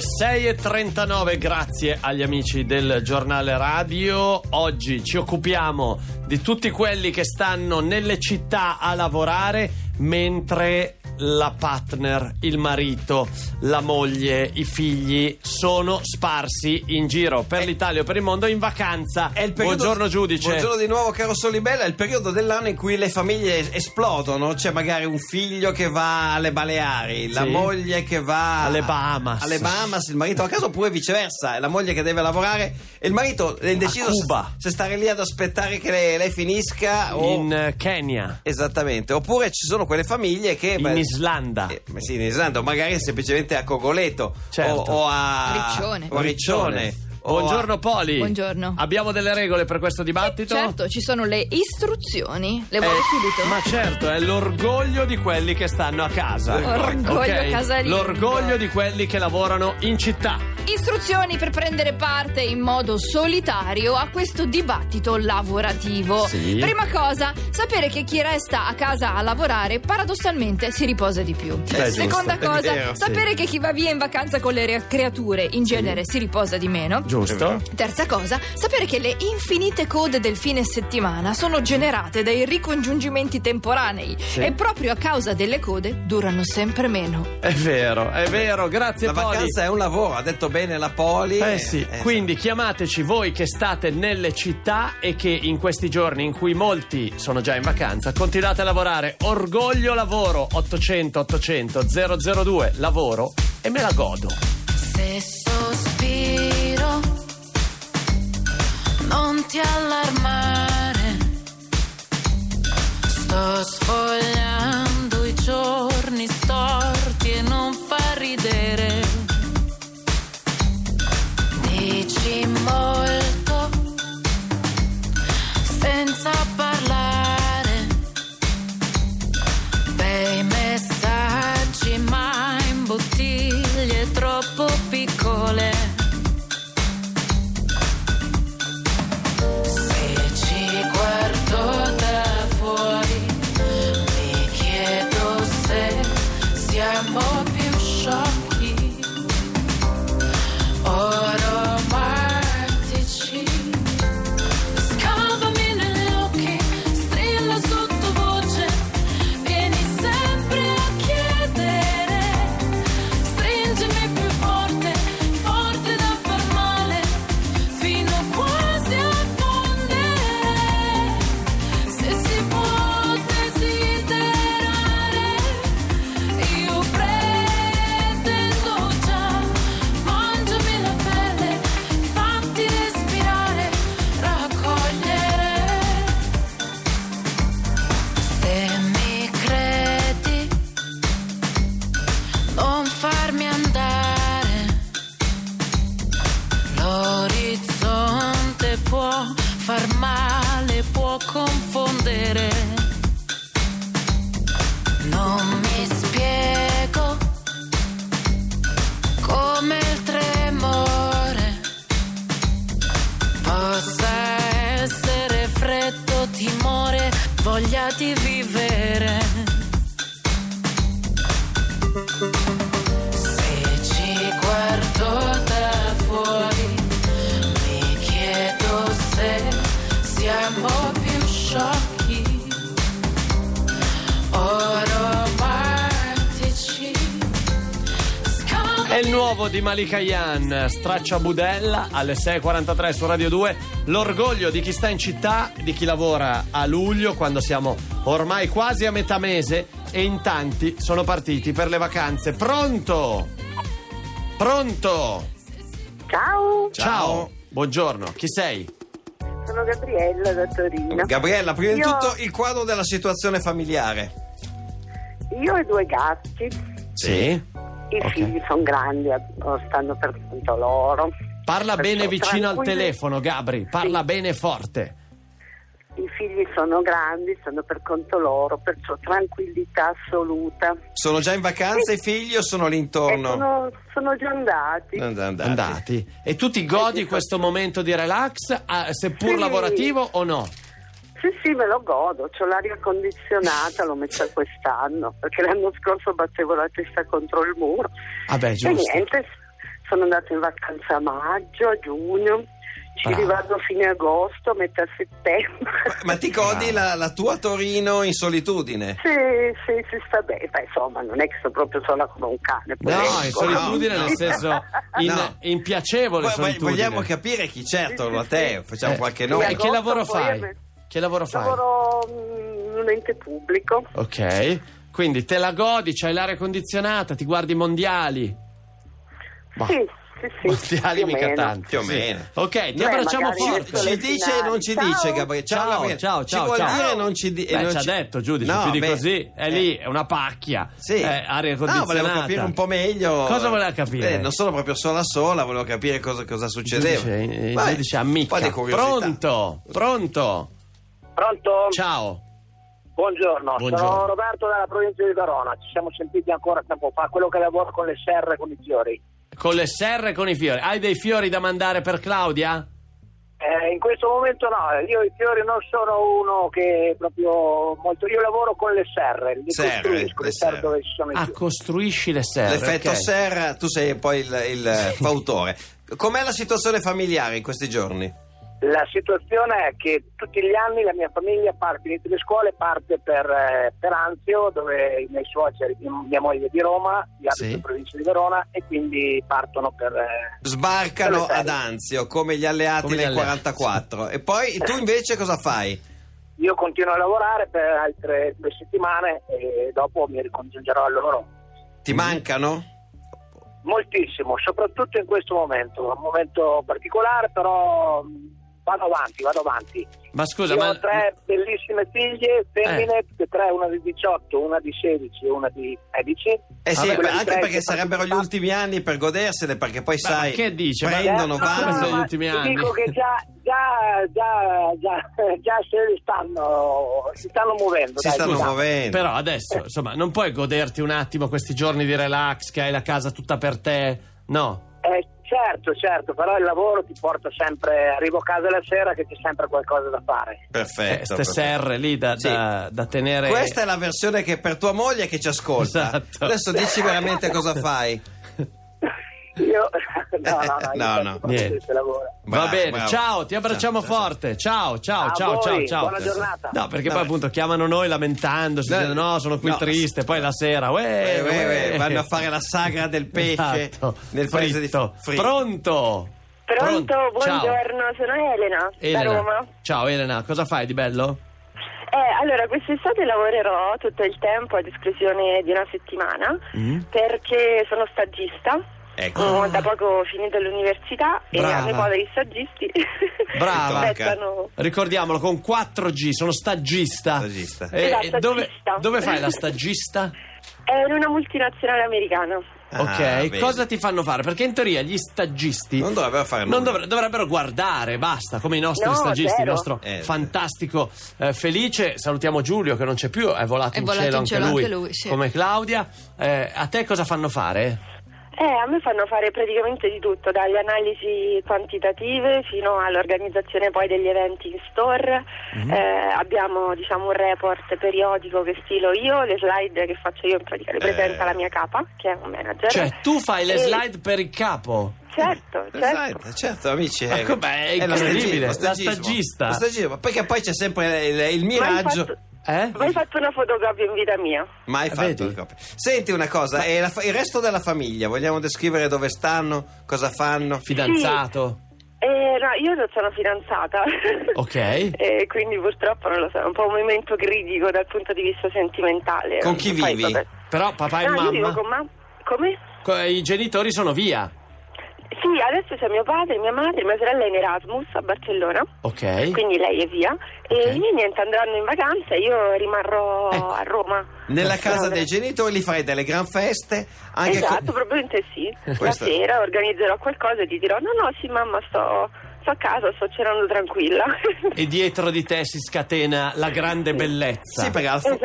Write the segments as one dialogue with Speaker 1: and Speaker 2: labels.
Speaker 1: 6.39, grazie agli amici del giornale radio. Oggi ci occupiamo di tutti quelli che stanno nelle città a lavorare mentre la partner, il marito, la moglie, i figli sono sparsi in giro per l'Italia o per il mondo in vacanza.
Speaker 2: Eh. È il periodo-
Speaker 1: Buongiorno giudice.
Speaker 2: Buongiorno di nuovo caro Solibella, è il periodo dell'anno in cui le famiglie es- esplodono, c'è magari un figlio che va alle Baleari, la
Speaker 1: Sì.
Speaker 2: moglie che va
Speaker 1: Alle Bahamas.
Speaker 2: alle Bahamas, il marito a casa oppure viceversa, è la moglie che deve lavorare e il marito è indeciso se-
Speaker 1: Cuba.
Speaker 2: se stare lì ad aspettare che lei, lei finisca o...
Speaker 1: In eh, Kenya,
Speaker 2: Esattamente, oppure ci sono quelle famiglie che...
Speaker 1: in Islanda.
Speaker 2: Eh, ma sì, in Islanda, o magari semplicemente a Cogoleto
Speaker 1: Certo.
Speaker 2: o, o a
Speaker 3: Riccione.
Speaker 2: o a Riccione. o a-
Speaker 1: Buongiorno Poli.
Speaker 3: Buongiorno.
Speaker 1: Abbiamo delle regole per questo dibattito?
Speaker 3: Certo, ci sono le istruzioni. Le
Speaker 1: Eh,
Speaker 3: vuole subito?
Speaker 1: ma certo, è l'orgoglio di quelli che stanno a casa.
Speaker 3: Orgoglio
Speaker 1: Ok?
Speaker 3: casalingo.
Speaker 1: L'orgoglio di quelli che lavorano in città.
Speaker 3: Istruzioni per prendere parte in modo solitario a questo dibattito lavorativo.
Speaker 1: Sì.
Speaker 3: Prima cosa, sapere che chi resta a casa a lavorare paradossalmente si riposa di più.
Speaker 1: Beh,
Speaker 3: Seconda
Speaker 2: giusto, è
Speaker 3: cosa,
Speaker 2: vero, sì.
Speaker 3: sapere che chi va via in vacanza con le re- creature in genere si riposa di meno.
Speaker 1: Giusto?
Speaker 3: Terza cosa, sapere che le infinite code del fine settimana sono generate dai ricongiungimenti temporanei e proprio a causa delle code durano sempre meno.
Speaker 1: È vero, è vero, grazie
Speaker 2: La
Speaker 1: Poli.
Speaker 2: vacanza è un lavoro, ha detto bene la Poli.
Speaker 1: Eh sì, quindi chiamateci voi che state nelle città e che in questi giorni in cui molti sono già in vacanza continuate a lavorare. Orgoglio lavoro 800 800 002 lavoro e me la godo.
Speaker 4: Se sospiro, non ti allarmare. Sto sfogliando i giorni storti e non fa ridere. Dici molto, senza parlare. Bei messaggi, ma in bottiglie troppo piccole. Se ci guardo da fuori, mi chiedo se siamo più sciocchi o romantici. Scavami negli occhi, strilla sottovoce, vieni sempre a chiedere. Stringimi più forte, forte da far male, fino quasi a fondere. Se si può desiderare, io pretendo già. Mangiami la pelle, fatti respirare, raccogliere. Se mi credi, non farmi andare. L'orizzonte può far male, può confondere. Non mi spiego come il tremore possa essere freddo, timore, voglia di vivere. Se ci guardo da fuori, mi chiedo se siamo più sciocchi o romantici.
Speaker 1: È il nuovo di Malika Yan, Straccia Budella alle 6.43 su Radio 2. L'orgoglio di chi sta in città, di chi lavora a luglio, quando siamo ormai quasi a metà mese e in tanti sono partiti per le vacanze. Pronto? Pronto?
Speaker 5: Ciao,
Speaker 1: Ciao. Buongiorno, chi sei?
Speaker 5: sono Gabriella da Torino.
Speaker 2: Gabriella, prima di
Speaker 5: Io-
Speaker 2: tutto il quadro della situazione familiare.
Speaker 5: Io ho due gatti,
Speaker 1: Sì.
Speaker 5: i figli sono grandi, eh, stanno per conto loro.
Speaker 1: Parla
Speaker 5: Perciò
Speaker 1: bene vicino al
Speaker 5: tranquilli-
Speaker 1: telefono, Gabri, parla
Speaker 5: Sì.
Speaker 1: bene forte.
Speaker 5: I figli sono grandi, sono per conto loro, perciò tranquillità assoluta.
Speaker 2: Sono già in vacanza
Speaker 5: Sì.
Speaker 2: i figli o sono lì
Speaker 1: Oh,
Speaker 5: E
Speaker 2: intorno?
Speaker 5: sono, sono già andati.
Speaker 1: Eh.
Speaker 2: And- andati.
Speaker 1: Andati. E tu ti godi questo momento di relax, ah, seppur
Speaker 5: Sì.
Speaker 1: lavorativo o no?
Speaker 5: Sì, sì, me lo godo, ho l'aria condizionata, l'ho messa quest'anno, perché l'anno scorso battevo la testa contro il muro.
Speaker 1: Vabbè,
Speaker 5: E
Speaker 1: Ah, giusto.
Speaker 5: niente, sono andata in vacanza a maggio, a giugno, ci
Speaker 1: Ah.
Speaker 2: Brava.
Speaker 5: rivado a fine agosto, a metà settembre.
Speaker 2: Ma ti godi la, la tua Torino in solitudine?
Speaker 5: Sì, sì, si sta bene. Beh, insomma, non è che sto proprio sola come un cane. poi
Speaker 1: No,
Speaker 5: esco,
Speaker 1: in solitudine,
Speaker 2: no.
Speaker 1: nel senso in,
Speaker 2: No.
Speaker 1: in piacevole
Speaker 2: Poi- poi
Speaker 1: solitudine.
Speaker 2: vogliamo capire chi certo,
Speaker 5: Sì, sì,
Speaker 2: a te,
Speaker 5: sì.
Speaker 2: facciamo
Speaker 1: Eh,
Speaker 2: qualche
Speaker 1: e
Speaker 5: no.
Speaker 2: nome.
Speaker 5: Sì,
Speaker 1: che lavoro
Speaker 5: agosto poi
Speaker 1: fai?
Speaker 5: a me-
Speaker 1: Che lavoro fai? Oh,
Speaker 5: Lavoro mm, in un ente pubblico.
Speaker 1: Ok, quindi te la godi, c'hai l'aria condizionata, ti guardi i mondiali. Ma-
Speaker 5: Sì, sì, sì.
Speaker 1: mondiali
Speaker 5: più o
Speaker 1: mica
Speaker 5: meno.
Speaker 1: tanti.
Speaker 2: Più o
Speaker 1: sì.
Speaker 2: meno.
Speaker 1: Ok, ti
Speaker 5: Beh,
Speaker 1: abbracciamo
Speaker 5: magari
Speaker 1: forte.
Speaker 5: adesso
Speaker 2: Ci
Speaker 5: le
Speaker 2: dice e non ci
Speaker 5: finali.
Speaker 2: dice
Speaker 5: Ciao.
Speaker 2: Gabriele.
Speaker 1: Ciao,
Speaker 2: Gabriele.
Speaker 1: ciao,
Speaker 2: Ci
Speaker 1: ciao,
Speaker 2: vuol
Speaker 1: ciao.
Speaker 2: dire e non ci dice.
Speaker 1: Beh, ci ha detto giudice,
Speaker 2: No,
Speaker 1: più di
Speaker 2: beh,
Speaker 1: così è
Speaker 2: eh.
Speaker 1: lì, è una pacchia.
Speaker 2: Sì.
Speaker 1: È Eh, aria
Speaker 2: no,
Speaker 1: condizionata.
Speaker 2: volevo capire un po' meglio.
Speaker 1: Cosa voleva capire?
Speaker 2: Eh, non sono proprio sola sola, volevo capire cosa, cosa succedeva.
Speaker 1: Giudice, eh,
Speaker 2: Vai,
Speaker 1: giudice
Speaker 2: Un po'
Speaker 1: ammicca.
Speaker 2: di curiosità.
Speaker 1: Pronto, pronto.
Speaker 6: Pronto?
Speaker 1: Ciao.
Speaker 6: Buongiorno.
Speaker 1: Buongiorno.
Speaker 6: sono Roberto dalla provincia di Verona, ci siamo sentiti ancora tempo fa, quello che lavora con le serre e con i fiori.
Speaker 1: Con le serre e con i fiori. Hai dei fiori da mandare per Claudia?
Speaker 6: Eh, in questo momento no, io i fiori non sono uno che proprio molto... Io lavoro con le serre, li
Speaker 2: Serre,
Speaker 6: costruisco,
Speaker 2: le
Speaker 6: le serre
Speaker 2: serre.
Speaker 6: dove ci sono i
Speaker 1: Ah,
Speaker 6: fiori.
Speaker 1: costruisci le serre.
Speaker 2: L'effetto
Speaker 1: ok.
Speaker 2: serra, tu sei poi il, il fautore. Com'è la situazione familiare in questi giorni?
Speaker 6: La situazione è che tutti gli anni la mia famiglia parte, inizio le scuole, parte per, eh, per Anzio, dove i miei suoceri, mia moglie è di Roma, gli altri
Speaker 2: Sì.
Speaker 6: in provincia di Verona, e quindi partono per... eh,
Speaker 2: Sbarcano
Speaker 6: Come fai?
Speaker 2: ad Anzio come gli alleati
Speaker 1: Come gli
Speaker 2: del
Speaker 1: alleati. Eh.
Speaker 2: 44. E poi tu invece cosa fai?
Speaker 6: Io continuo a lavorare per altre due settimane e dopo mi ricongiungerò a loro.
Speaker 1: Mm.
Speaker 2: Ti mancano?
Speaker 6: Moltissimo, soprattutto in questo momento, un momento particolare, però mh, vado avanti, vado avanti.
Speaker 1: Ma scusa,
Speaker 6: Io
Speaker 1: ma...
Speaker 6: ho tre bellissime figlie, femmine,
Speaker 2: Eh.
Speaker 6: tutte e tre, una di 18, una di 16 e una di 13.
Speaker 2: Eh sì,
Speaker 6: Vabbè,
Speaker 2: beh,
Speaker 6: quella di
Speaker 2: anche
Speaker 6: 13
Speaker 2: perché
Speaker 6: fa
Speaker 2: sarebbero gli
Speaker 6: tutto-
Speaker 2: ultimi anni per godersene, perché poi
Speaker 1: Ma- ma
Speaker 2: sai,
Speaker 1: che dice? Ma-
Speaker 2: prendono,
Speaker 6: Eh,
Speaker 1: Come
Speaker 2: vanno.
Speaker 1: sono gli
Speaker 6: ma
Speaker 1: ultimi
Speaker 6: ti
Speaker 1: anni?
Speaker 6: Dico che già, già, già, già, già se stanno, si stanno muovendo.
Speaker 2: Si
Speaker 6: dai,
Speaker 2: stanno
Speaker 6: diciamo.
Speaker 2: muovendo.
Speaker 1: Però adesso, insomma, non puoi goderti un attimo questi giorni di relax che hai la casa tutta per te? No.
Speaker 6: Eh, certo, certo, però il lavoro ti porta sempre, arrivo a casa la sera che c'è sempre qualcosa da fare.
Speaker 2: Perfetto.
Speaker 1: Queste
Speaker 2: perfetto.
Speaker 1: Eh, serre lì da,
Speaker 2: Certo, Sì.
Speaker 1: da- da tenere...
Speaker 2: Questa è la versione che per tua moglie che ci ascolta.
Speaker 1: Esatto.
Speaker 2: Adesso dici veramente cosa fai.
Speaker 6: Io no, no, no, io
Speaker 2: No,
Speaker 6: faccio
Speaker 2: no.
Speaker 6: tutto
Speaker 1: Niente.
Speaker 6: questo lavoro.
Speaker 1: Va
Speaker 2: Bravo,
Speaker 1: bene,
Speaker 2: bravo.
Speaker 1: ciao, ti abbracciamo
Speaker 2: Ciao, ciao.
Speaker 1: forte. Ciao, ciao,
Speaker 6: A
Speaker 1: ciao, ciao,
Speaker 6: voi,
Speaker 1: ciao.
Speaker 6: buona giornata.
Speaker 1: No, perché
Speaker 2: No,
Speaker 1: poi
Speaker 2: beh.
Speaker 1: appunto chiamano noi lamentandosi,
Speaker 2: No,
Speaker 1: dicendo no, sono qui
Speaker 2: no.
Speaker 1: triste, poi la sera, uè,
Speaker 2: Eh, uè,
Speaker 1: uè.
Speaker 2: uè, vanno a fare la sagra del pesce
Speaker 1: Esatto,
Speaker 2: nel paese di
Speaker 1: fritto.
Speaker 2: Fritto.
Speaker 1: Pronto?
Speaker 7: Pronto,
Speaker 1: Ciao.
Speaker 7: buongiorno, sono Elena,
Speaker 1: Elena.
Speaker 7: da Roma.
Speaker 1: Ciao Elena, cosa fai di bello?
Speaker 7: Eh, allora, quest'estate lavorerò tutto il tempo a discrezione di una settimana
Speaker 1: Mm?
Speaker 7: perché sono stagista.
Speaker 2: Ecco.
Speaker 7: Ho da poco ho finito l'università
Speaker 1: Brava.
Speaker 7: e a noi poveri stagisti
Speaker 1: Brava.
Speaker 7: aspettano.
Speaker 1: Ricordiamolo, con 4G sono stagista.
Speaker 2: Stagista.
Speaker 1: Eh,
Speaker 7: Esatto,
Speaker 1: eh, dove,
Speaker 7: stagista.
Speaker 1: dove fai la stagista?
Speaker 7: È in una multinazionale americana.
Speaker 2: Ah,
Speaker 1: ok,
Speaker 2: vedi.
Speaker 1: cosa ti fanno fare? Perché in teoria gli stagisti
Speaker 2: Non dovrebbero fare
Speaker 1: non
Speaker 2: nulla.
Speaker 1: dovre- dovrebbero guardare, basta, come i nostri
Speaker 7: No,
Speaker 1: stagisti, il
Speaker 7: zero.
Speaker 1: nostro
Speaker 2: Eh,
Speaker 1: fantastico eh, Felice. Salutiamo Giulio che non c'è più, è volato,
Speaker 3: È
Speaker 1: in,
Speaker 3: volato
Speaker 1: cielo
Speaker 3: in cielo
Speaker 1: anche
Speaker 3: anche
Speaker 1: lui,
Speaker 3: lui, sì.
Speaker 1: come Claudia. Eh, a te cosa fanno fare?
Speaker 7: Eh, a me fanno fare praticamente di tutto, dalle analisi quantitative fino all'organizzazione poi degli eventi in store.
Speaker 1: Mhm.
Speaker 7: Eh, abbiamo diciamo, un report periodico che stilo io, le slide che faccio io in pratica le presenta la mia capa, che è un manager.
Speaker 1: Eh. Cioè, tu fai le
Speaker 7: E-
Speaker 1: slide per il capo.
Speaker 7: Certo, certo.
Speaker 2: Esatto, certo, amici.
Speaker 1: Ma
Speaker 2: eh,
Speaker 1: com'è? È
Speaker 2: lo
Speaker 1: incredibile, la
Speaker 2: stagismo, stagismo.
Speaker 1: stagista.
Speaker 2: Lo stagismo, perché poi c'è sempre il, il
Speaker 7: Ma hai
Speaker 2: miraggio.
Speaker 7: fatto-
Speaker 1: Eh?
Speaker 7: Ma hai fatto una fotocopia in vita mia?
Speaker 2: Mai
Speaker 1: Ah,
Speaker 2: fatto
Speaker 1: vedi?
Speaker 2: le coppie. Senti una cosa, e la fa- il resto della famiglia, vogliamo descrivere dove stanno, cosa fanno?
Speaker 1: Fidanzato?
Speaker 7: Eh, no, io non sono fidanzata.
Speaker 1: Ok.
Speaker 7: Eh, quindi purtroppo non lo so, è un po' un momento critico dal punto di vista sentimentale.
Speaker 2: Con chi
Speaker 7: Poi,
Speaker 2: vivi?
Speaker 7: vabbè.
Speaker 1: Però papà e
Speaker 7: no, Ah, io
Speaker 1: mamma,
Speaker 7: vivo con mamma. Come?
Speaker 1: co- i genitori sono via.
Speaker 7: Sì, adesso c'è mio padre, mia madre, mia sorella è in Erasmus a Barcellona,
Speaker 1: Ok.
Speaker 7: quindi lei è via.
Speaker 1: Ok.
Speaker 7: E io niente, andranno in vacanza e io rimarrò
Speaker 1: Ecco.
Speaker 7: a Roma.
Speaker 2: Nella casa
Speaker 7: Allora.
Speaker 2: dei genitori li farai delle gran feste,
Speaker 1: Ah, ecco.
Speaker 2: anche
Speaker 7: esatto,
Speaker 2: con-
Speaker 7: probabilmente sì. La
Speaker 2: Questo-
Speaker 7: sera organizzerò qualcosa e ti dirò: no, no, sì, mamma, sto, sto a casa, sto cenando tranquilla.
Speaker 1: E dietro di te si scatena la grande bellezza.
Speaker 2: Sì, perché a, fu-
Speaker 7: Esatto.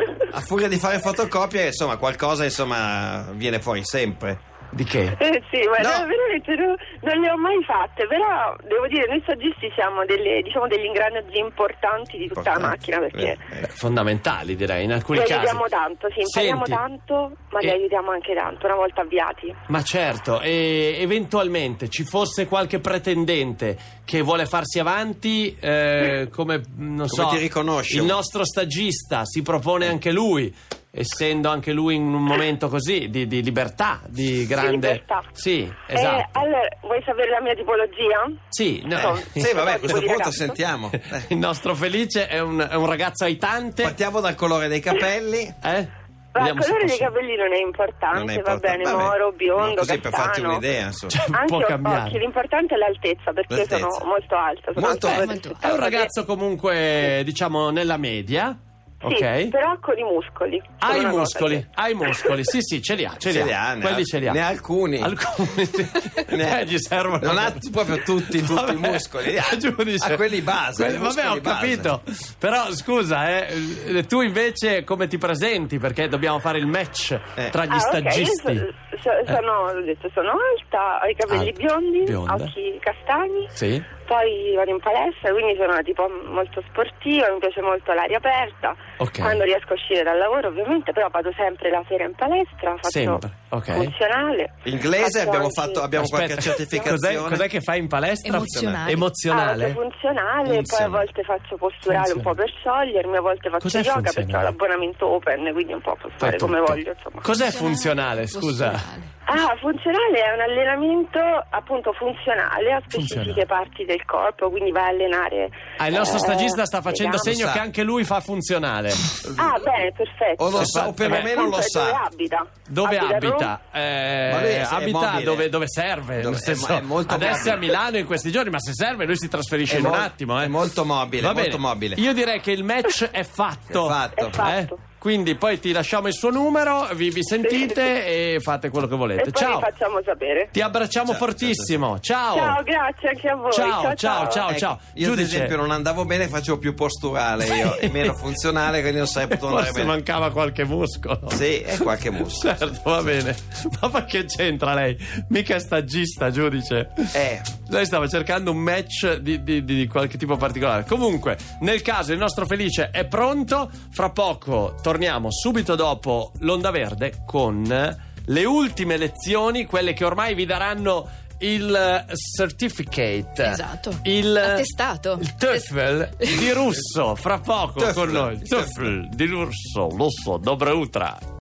Speaker 2: eh, a furia di fare fotocopie, insomma, qualcosa insomma, viene fuori sempre.
Speaker 1: Di che?
Speaker 7: Eh, sì, guarda,
Speaker 2: No.
Speaker 7: veramente no- non le ho mai fatte, però devo dire, noi saggisti siamo delle, diciamo, degli ingranaggi importanti di tutta la macchina perché
Speaker 2: Eh,
Speaker 1: Beh,
Speaker 2: eh.
Speaker 1: fondamentali direi in alcuni
Speaker 7: le
Speaker 1: casi.
Speaker 7: aiutiamo tanto, sì, impariamo
Speaker 1: Senti,
Speaker 7: tanto, ma
Speaker 1: e-
Speaker 7: le aiutiamo anche tanto una volta avviati.
Speaker 1: Ma certo, e eventualmente ci fosse qualche pretendente che vuole farsi avanti, eh, come non
Speaker 2: Come
Speaker 1: so,
Speaker 2: ti riconosce?
Speaker 1: il nostro stagista si propone anche lui, essendo anche lui in un momento così di, di libertà, di grande.
Speaker 7: libertà.
Speaker 1: Sì,
Speaker 7: Eh,
Speaker 1: esatto.
Speaker 7: allora, vuoi sapere la mia tipologia?
Speaker 1: Sì, no,
Speaker 7: Insomma,
Speaker 2: Sì, vabbè, a questo
Speaker 7: Tipo di
Speaker 2: punto
Speaker 7: ragazzo.
Speaker 2: sentiamo. Eh,
Speaker 1: il nostro Felice è un, è un ragazzo aitante.
Speaker 2: Partiamo dal colore dei capelli.
Speaker 1: Eh?
Speaker 7: Ma il
Speaker 1: Vediamo se
Speaker 7: colore dei
Speaker 1: possiamo-
Speaker 7: capelli non è importante,
Speaker 2: Non è
Speaker 7: va
Speaker 2: importante.
Speaker 7: bene,
Speaker 2: Vabbè,
Speaker 7: moro,
Speaker 2: no,
Speaker 7: biondo,
Speaker 2: così per farti
Speaker 7: castano.
Speaker 2: un'anche insomma.
Speaker 1: Cioè,
Speaker 7: Anche
Speaker 1: può
Speaker 7: occhi,
Speaker 1: cambiare.
Speaker 7: l'importante è l'altezza perché io
Speaker 2: L'altezza.
Speaker 7: sono molto alta. Sono
Speaker 2: Molto
Speaker 7: alta,
Speaker 2: alta.
Speaker 7: oltre
Speaker 1: Eh, È un
Speaker 7: 70,
Speaker 1: ragazzo comunque, diciamo, nella media.
Speaker 7: Sì,
Speaker 1: ok?
Speaker 7: però con i muscoli.
Speaker 1: Ha
Speaker 7: Solo
Speaker 1: i
Speaker 7: una cosa
Speaker 1: muscoli,
Speaker 7: che-
Speaker 1: ha i muscoli, sì sì, ce li ha, ce li
Speaker 2: Ce
Speaker 1: ha,
Speaker 2: li ha, ne
Speaker 1: quelli
Speaker 2: ha-
Speaker 1: ce li ha.
Speaker 2: ne ha alcuni.
Speaker 1: Alcuni, sì.
Speaker 2: Ne-
Speaker 1: Eh, gli servono.
Speaker 2: Non ha proprio tutti, tutti
Speaker 1: Vabbè,
Speaker 2: i muscoli. li ha.
Speaker 1: giudice.
Speaker 2: Ha quelli base.
Speaker 1: Quelli-
Speaker 2: i
Speaker 1: vabbè, ho
Speaker 2: muscoli base.
Speaker 1: capito. Però scusa, eh, tu invece come ti presenti? Perché dobbiamo fare il match
Speaker 2: Eh.
Speaker 1: tra gli
Speaker 7: Ah, ok, io
Speaker 1: stagisti.
Speaker 7: so- so- sono, ho detto, sono alta, ho i capelli
Speaker 1: Alta,
Speaker 7: biondi,
Speaker 1: bionda.
Speaker 7: occhi castagni,
Speaker 1: Sì.
Speaker 7: poi vado in palestra, quindi sono una tipo molto sportiva, mi piace molto l'aria aperta,
Speaker 1: Ok.
Speaker 7: quando riesco a uscire dal lavoro ovviamente, però vado sempre la sera in palestra, faccio
Speaker 1: Sempre, ok.
Speaker 7: funzionale.
Speaker 2: Inglese
Speaker 7: faccio
Speaker 2: abbiamo
Speaker 7: anche-
Speaker 2: fatto, abbiamo qualche
Speaker 1: Aspetta,
Speaker 2: certificazione.
Speaker 1: Cos'è, cos'è che fai in palestra?
Speaker 2: Emozionale.
Speaker 7: Ah,
Speaker 1: Emozionale?
Speaker 7: faccio funzionale, poi a
Speaker 2: Funzionale.
Speaker 7: volte faccio posturale un po' per sciogliermi, a volte faccio
Speaker 1: Cos'è
Speaker 7: yoga perché ho
Speaker 1: funzionale?
Speaker 7: l'abbonamento open, quindi un po' posso
Speaker 1: Fai
Speaker 7: fare come
Speaker 1: tutto.
Speaker 7: voglio, insomma.
Speaker 1: Cos'è funzionale, scusa?
Speaker 7: Ah, funzionale è un allenamento appunto funzionale a specifiche
Speaker 1: Funzionale.
Speaker 7: parti del corpo, quindi vai a allenare.
Speaker 1: Ah, il nostro
Speaker 7: eh,
Speaker 1: stagista sta facendo
Speaker 7: le gambe.
Speaker 1: segno
Speaker 2: Sa.
Speaker 1: che anche lui fa funzionale.
Speaker 7: Ah, bene, perfetto.
Speaker 2: O lo sa,
Speaker 1: o
Speaker 2: perlomeno
Speaker 7: Appunto,
Speaker 2: lo
Speaker 7: è Dove
Speaker 2: sa.
Speaker 7: abita?
Speaker 1: Esatto. Dove
Speaker 7: a Roma?
Speaker 1: abita? Eh,
Speaker 2: Ma lui è- è
Speaker 1: abita
Speaker 2: mobile.
Speaker 1: dove, dove serve.
Speaker 2: Dove-
Speaker 1: nel senso,
Speaker 2: è mo- è molto
Speaker 1: adesso
Speaker 2: mobile.
Speaker 1: è a Milano in questi giorni, ma se serve lui si trasferisce
Speaker 2: È
Speaker 1: in
Speaker 2: mo-
Speaker 1: un attimo. eh.
Speaker 2: è molto mobile,
Speaker 1: Va
Speaker 2: molto
Speaker 1: bene.
Speaker 2: mobile.
Speaker 1: Io direi che il match è fatto. Eh?
Speaker 2: È fatto.
Speaker 7: È fatto.
Speaker 1: Quindi poi ti lasciamo il suo numero, vi, vi sentite e fate quello che
Speaker 7: E
Speaker 1: volete.
Speaker 7: poi
Speaker 1: Eh, Ciao.
Speaker 7: vi facciamo sapere.
Speaker 1: Ti abbracciamo
Speaker 2: Ciao,
Speaker 1: fortissimo. Ciao.
Speaker 7: Ciao, grazie anche a voi.
Speaker 1: Ciao, ciao, ciao.
Speaker 2: Ecco, Io ad
Speaker 1: Giudice.
Speaker 2: esempio non andavo bene, facevo più posturale io, e meno funzionale, quindi non sarei potuto andare
Speaker 1: Forse
Speaker 2: bene.
Speaker 1: mancava qualche muscolo.
Speaker 2: Sì, e qualche muscolo.
Speaker 1: Certo, va bene. Ma ma che c'entra lei? Mica è stagista, giudice.
Speaker 2: Eh.
Speaker 1: Lei stava cercando un match di, di- di- di qualche tipo particolare. Comunque, nel caso il nostro Felice è pronto, fra poco torniamo subito dopo l'Onda Verde con le ultime lezioni, quelle che ormai vi daranno il eh, certificate.
Speaker 3: Esatto.
Speaker 1: Il
Speaker 3: Attestato.
Speaker 1: Il TOEFL di russo, fra poco
Speaker 2: TOEFL.
Speaker 1: con noi.
Speaker 2: Il
Speaker 1: TOEFL di russo, russo, dobre utra.